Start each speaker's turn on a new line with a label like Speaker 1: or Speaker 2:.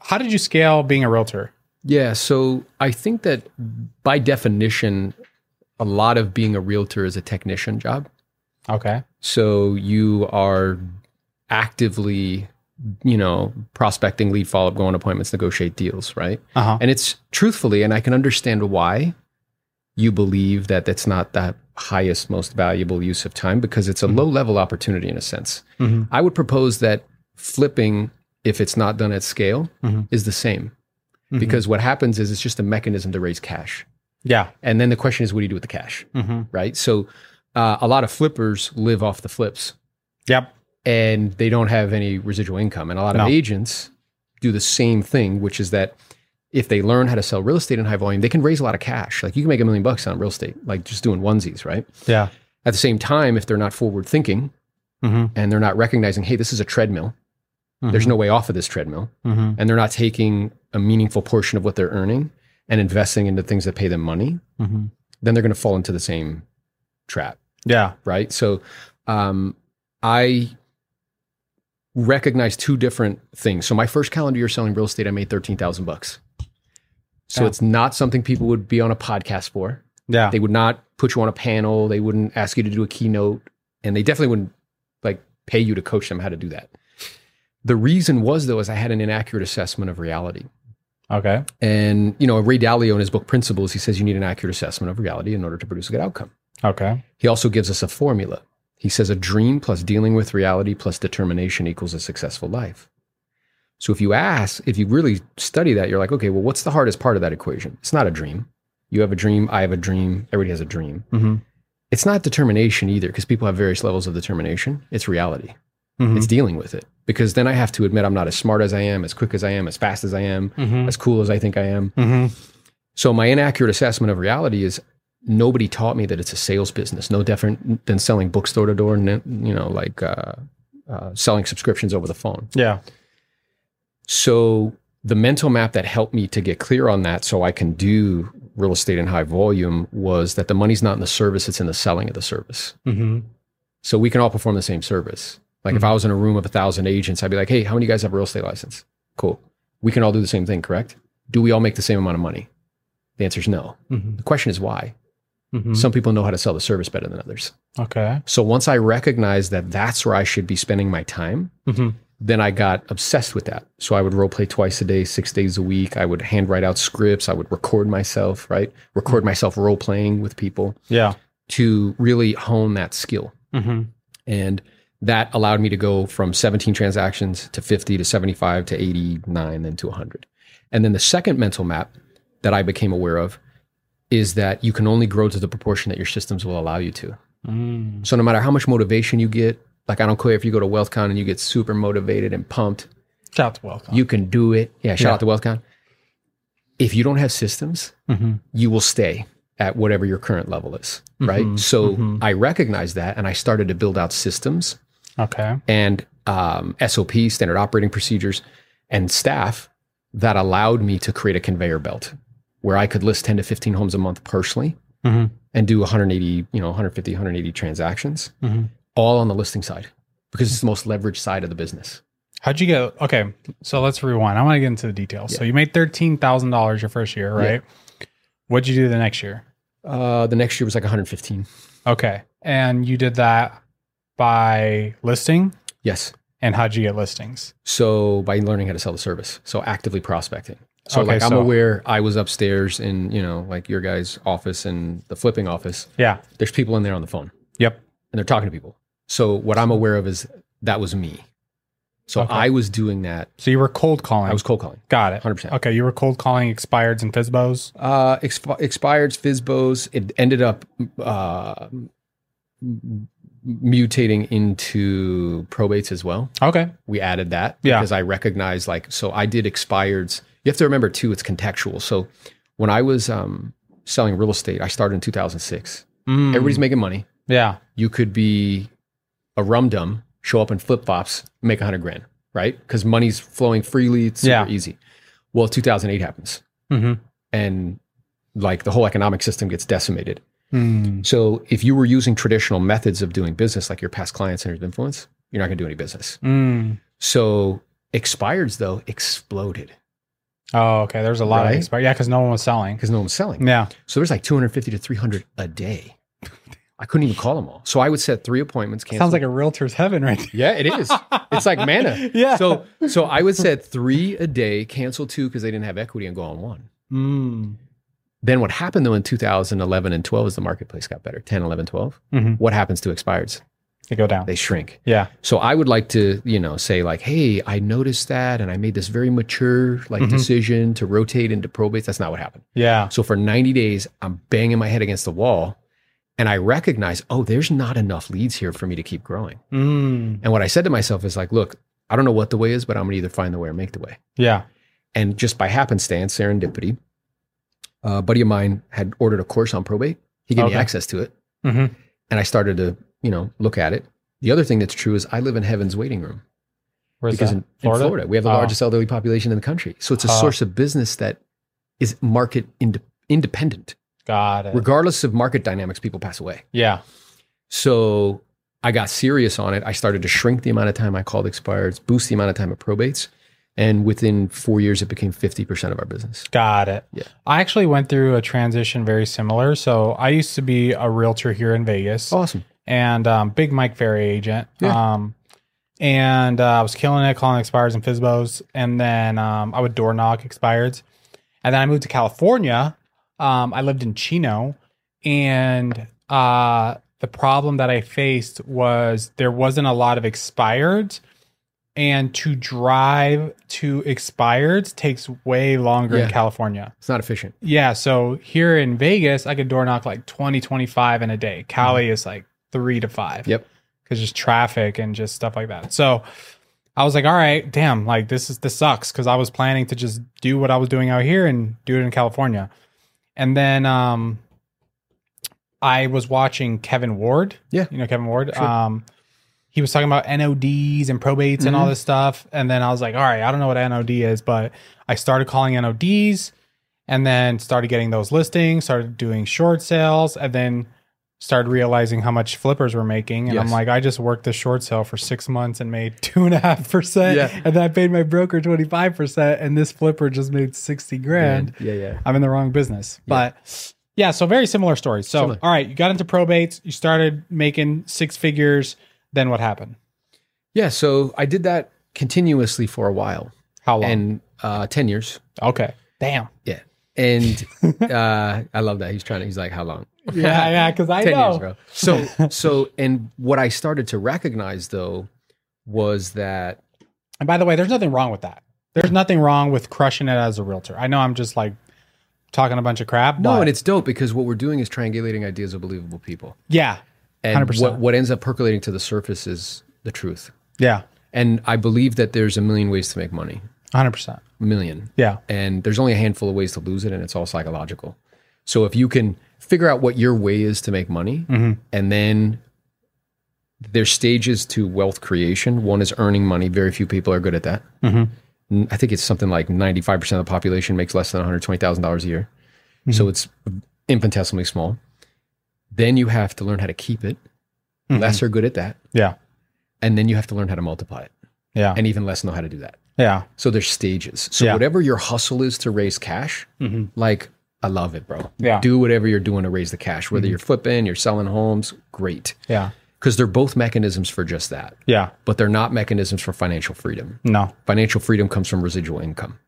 Speaker 1: How did you scale being a realtor?
Speaker 2: Yeah, so I think that by definition, a lot of being a realtor is a technician job.
Speaker 1: Okay.
Speaker 2: So you are actively, you know, prospecting, lead follow up, going appointments, negotiate deals, right?
Speaker 1: Uh huh.
Speaker 2: And it's truthfully, and I can understand why you believe that that's not the highest, most valuable use of time because it's a low level opportunity in a sense.
Speaker 1: Mhm.
Speaker 2: I would propose that flipping, if it's not done at scale,
Speaker 1: Mhm.
Speaker 2: is the same
Speaker 1: Mhm.
Speaker 2: because what happens is it's just a mechanism to raise cash.
Speaker 1: Yeah.
Speaker 2: And then the question is, what do you do with the cash?
Speaker 1: Mm-hmm.
Speaker 2: Right. So uh, a lot of flippers live off the flips
Speaker 1: Yep.
Speaker 2: and they don't have any residual income. And a lot
Speaker 1: No.
Speaker 2: of agents do the same thing, which is that if they learn how to sell real estate in high volume, they can raise a lot of cash. Like you can make a million bucks on real estate, like just doing onesies, right?
Speaker 1: Yeah.
Speaker 2: At the same time, if they're not forward thinking
Speaker 1: Mm-hmm.
Speaker 2: and they're not recognizing, hey, this is a treadmill, there's no way off of this treadmill,
Speaker 1: Mm-hmm.
Speaker 2: and they're not taking a meaningful portion of what they're earning and investing into things that pay them money,
Speaker 1: Mm-hmm.
Speaker 2: then they're going to fall into the same trap
Speaker 1: Yeah.
Speaker 2: right? So um, I recognize two different things. So my first calendar year selling real estate, I made thirteen thousand bucks. So
Speaker 1: Yeah.
Speaker 2: it's not something people would be on a podcast for.
Speaker 1: Yeah.
Speaker 2: They would not put you on a panel. They wouldn't ask you to do a keynote, and they definitely wouldn't like pay you to coach them how to do that. The reason was though is I had an inaccurate assessment of reality.
Speaker 1: okay.
Speaker 2: And you know, Ray Dalio in his book Principles, he says you need an accurate assessment of reality in order to produce a good outcome.
Speaker 1: Okay.
Speaker 2: He also gives us a formula. He says a dream plus dealing with reality plus determination equals a successful life. So if you ask, if you really study that, you're like, okay, well, what's the hardest part of that equation? It's not a dream. You have a dream, I have a dream, everybody has a dream.
Speaker 1: Mm-hmm.
Speaker 2: It's not determination either, because people have various levels of determination. It's reality.
Speaker 1: Mm-hmm.
Speaker 2: It's dealing with it. Because then I have to admit I'm not as smart as I am, as quick as I am, as fast as I am,
Speaker 1: Mm-hmm.
Speaker 2: as cool as I think I am.
Speaker 1: Mm-hmm.
Speaker 2: So my inaccurate assessment of reality is nobody taught me that it's a sales business, no different than selling books door to door, n- you know, like uh, uh, selling subscriptions over the phone.
Speaker 1: Yeah.
Speaker 2: So the mental map that helped me to get clear on that, so I can do real estate in high volume, was that the money's not in the service; it's in the selling of the service.
Speaker 1: Mm-hmm.
Speaker 2: So we can all perform the same service. Like if I was in a room of a thousand agents, I'd be like, "Hey, how many of you guys have a real estate license? Cool. We can all do the same thing, correct? Do we all make the same amount of money?" The answer is no.
Speaker 1: Mm-hmm.
Speaker 2: The question is why.
Speaker 1: Mm-hmm.
Speaker 2: Some people know how to sell the service better than others.
Speaker 1: okay.
Speaker 2: So once I recognized that that's where I should be spending my time,
Speaker 1: Mm-hmm.
Speaker 2: then I got obsessed with that. So I would role play twice a day, six days a week. I would hand write out scripts. I would record myself, right? Record myself role playing with people
Speaker 1: Yeah.
Speaker 2: to really hone that skill.
Speaker 1: Mm-hmm.
Speaker 2: And that allowed me to go from 17 transactions to 50 to 75 to 89 then to 100. And then the second mental map that I became aware of is that you can only grow to the proportion that your systems will allow you to.
Speaker 1: Mm-hmm.
Speaker 2: So no matter how much motivation you get, like I don't care if you go to WealthCon and you get super motivated and pumped,
Speaker 1: Shout out to welcome.
Speaker 2: you can do it. Yeah, shout
Speaker 1: Yeah.
Speaker 2: out to WealthCon. If you don't have systems,
Speaker 1: mm-hmm.
Speaker 2: you will stay at whatever your current level is,
Speaker 1: Mhm,
Speaker 2: right? So
Speaker 1: mhm.
Speaker 2: I recognized that and I started to build out systems
Speaker 1: Okay.
Speaker 2: and um, SOP, standard operating procedures, and staff that allowed me to create a conveyor belt where I could list 10 to 15 homes a month personally
Speaker 1: Mm-hmm.
Speaker 2: and do 180, you know, 150, 180 transactions
Speaker 1: Mm-hmm.
Speaker 2: all on the listing side because it's the most leveraged side of the business.
Speaker 1: How'd you get? Okay, so let's rewind. I want to get into the details. So you made thirteen thousand dollars your first year,
Speaker 2: Yeah.
Speaker 1: right? What'd you do the next year?
Speaker 2: Uh, the next year was like 115.
Speaker 1: Okay, and you did that by listing.
Speaker 2: Yes.
Speaker 1: And how'd you get listings?
Speaker 2: So by learning how to sell the service, so actively prospecting. So
Speaker 1: Okay,
Speaker 2: like I'm
Speaker 1: so-
Speaker 2: aware I was upstairs in you know like your guys' office and the flipping office.
Speaker 1: Yeah.
Speaker 2: There's people in there on the phone
Speaker 1: Yep.
Speaker 2: and they're talking to people. So what I'm aware of is that was me. So
Speaker 1: Okay.
Speaker 2: I was doing that.
Speaker 1: So you were cold calling.
Speaker 2: I was cold calling,
Speaker 1: got it.
Speaker 2: 100. percent
Speaker 1: Okay, you were cold calling expireds and fisbos.
Speaker 2: uh, exp- expired Fizbos. It ended up uh, m- m- mutating into probates as well.
Speaker 1: Okay.
Speaker 2: We added that
Speaker 1: Yeah.
Speaker 2: because I recognize like so I did expireds. You have to remember too, it's contextual. So when I was um, selling real estate, I started in 2006.
Speaker 1: Mm.
Speaker 2: Everybody's making money.
Speaker 1: yeah.
Speaker 2: You could be a rum dum, show up in flip flops, make a hundred grand, right? Because money's flowing freely. It's super
Speaker 1: Yeah.
Speaker 2: easy. Well, 2008 happens
Speaker 1: Mm-hmm.
Speaker 2: and like the whole economic system gets decimated.
Speaker 1: Mm.
Speaker 2: So if you were using traditional methods of doing business, like your past client centered influence, you're not going to do any business.
Speaker 1: Mm.
Speaker 2: So expireds though exploded.
Speaker 1: Oh, okay. There's a lot
Speaker 2: Right?
Speaker 1: of expired. Yeah, because no one was selling.
Speaker 2: because no one's selling.
Speaker 1: Yeah.
Speaker 2: So there's like 250 to 300 a day. I couldn't even call them all. So I would set three appointments. Cancel.
Speaker 1: Sounds like a realtor's heaven right
Speaker 2: yeah, it is.
Speaker 1: there.
Speaker 2: It's like manna.
Speaker 1: yeah.
Speaker 2: So so I would set three a day, cancel two because they didn't have equity, and go on one.
Speaker 1: Mm.
Speaker 2: Then what happened though in 2011 and 12 is the marketplace got better. 10, 11, 12.
Speaker 1: Mhm.
Speaker 2: What happens to expireds?
Speaker 1: They go down.
Speaker 2: They shrink.
Speaker 1: yeah.
Speaker 2: So I would like to, you know, say like, hey, I noticed that, and I made this very mature like
Speaker 1: Mhm.
Speaker 2: decision to rotate into probates. That's not what happened.
Speaker 1: Yeah.
Speaker 2: So for 90 days, I'm banging my head against the wall and I recognize, oh, there's not enough leads here for me to keep growing.
Speaker 1: Mm.
Speaker 2: And what I said to myself is like, look, I don't know what the way is, but I'm going to either find the way or make the way.
Speaker 1: Yeah.
Speaker 2: And just by happenstance, serendipity, a buddy of mine had ordered a course on probate. He gave
Speaker 1: Okay.
Speaker 2: me access to it
Speaker 1: Mm-hmm.
Speaker 2: and I started to, you know, look at it. The other thing that's true is I live in heaven's waiting room
Speaker 1: Where's
Speaker 2: because
Speaker 1: that?
Speaker 2: in in Florida? we have the
Speaker 1: Oh.
Speaker 2: largest elderly population in the country. So it's a
Speaker 1: Oh.
Speaker 2: source of business that is market inde- independent.
Speaker 1: Got it.
Speaker 2: regardless of market dynamics, people pass away.
Speaker 1: yeah.
Speaker 2: So I got serious on it. I started to shrink the amount of time I called expireds, boost the amount of time it probates. And within four years, it became 50% of our business.
Speaker 1: Got it.
Speaker 2: Yeah.
Speaker 1: I actually went through a transition very similar. So I used to be a realtor here in Vegas.
Speaker 2: Awesome.
Speaker 1: and um, big Mike Ferry agent.
Speaker 2: Yeah.
Speaker 1: Um, and uh, I was killing it, calling expires and Fizbos, and then um, I would door knock expires, and then I moved to California. Um, I lived in Chino, and uh, the problem that I faced was there wasn't a lot of expireds, and to drive to expireds takes way longer
Speaker 2: Yeah.
Speaker 1: in California.
Speaker 2: It's not efficient.
Speaker 1: Yeah. So here in Vegas, I could door knock like 20, 25 in a day. Cali
Speaker 2: Mm-hmm.
Speaker 1: is like three to five.
Speaker 2: Yep.
Speaker 1: Cause just traffic and just stuff like that. So I was like, all right, damn, like this is, this sucks. Cause I was planning to just do what I was doing out here and do it in California. And then, um, I was watching Kevin Ward.
Speaker 2: Yeah.
Speaker 1: You know, Kevin Ward.
Speaker 2: Sure.
Speaker 1: Um, he was talking about NODs and probates and
Speaker 2: Mm-hmm.
Speaker 1: all this stuff. And then I was like, all right, I don't know what NOD is, but I started calling NODs and then started getting those listings, started doing short sales, and then started realizing how much flippers were making. And I'm
Speaker 2: Yes.
Speaker 1: like, I just worked the short sale for six months and made two and a half percent.
Speaker 2: Yeah.
Speaker 1: And then I paid my broker 25%, and this flipper just made 60 grand.
Speaker 2: yeah, yeah.
Speaker 1: I'm in the wrong business. But yeah, so very similar stories. So
Speaker 2: Similar.
Speaker 1: all right, you got into probates, you started making six figures, then what happened?
Speaker 2: Yeah. So I did that continuously for a while
Speaker 1: How long?
Speaker 2: and uh, 10 years.
Speaker 1: okay. Damn.
Speaker 2: And uh, I love that. He's trying to, he's like, how long?
Speaker 1: Yeah, yeah, because I
Speaker 2: 10
Speaker 1: know.
Speaker 2: years, bro. So, so, and what I started to recognize though was that
Speaker 1: And by the way, there's nothing wrong with that. There's nothing wrong with crushing it as a realtor. I know I'm just like talking a bunch of crap.
Speaker 2: No,
Speaker 1: but
Speaker 2: and it's dope because what we're doing is triangulating ideas of believable people.
Speaker 1: yeah,
Speaker 2: And
Speaker 1: 100%.
Speaker 2: what, what ends up percolating to the surface is the truth.
Speaker 1: yeah,
Speaker 2: And I believe that there's a million ways to make money,
Speaker 1: 100. percent
Speaker 2: a million.
Speaker 1: Yeah,
Speaker 2: And there's only a handful of ways to lose it, and it's all psychological. So if you can figure out what your way is to make money, and then there's stages to wealth creation. One is earning money. Very few people are good at that. N- I think it's something like 95% of the population makes less than $120,000 a year. So it's infinitesimally small. Then you have to learn how to keep it. Less are good at that.
Speaker 1: yeah,
Speaker 2: And then you have to learn how to multiply it.
Speaker 1: yeah,
Speaker 2: And even less know how to do that.
Speaker 1: yeah.
Speaker 2: So there's stages. So
Speaker 1: Yeah.
Speaker 2: whatever your hustle is to raise cash,
Speaker 1: Mhm.
Speaker 2: like I love it, bro.
Speaker 1: Yeah.
Speaker 2: Mm-hmm. Do whatever you're doing to raise the cash, whether you're flipping, you're selling homes, great.
Speaker 1: Yeah,
Speaker 2: Because they're both mechanisms for just that,
Speaker 1: yeah.
Speaker 2: but they're not mechanisms for financial freedom.
Speaker 1: No,
Speaker 2: Financial freedom comes from residual income.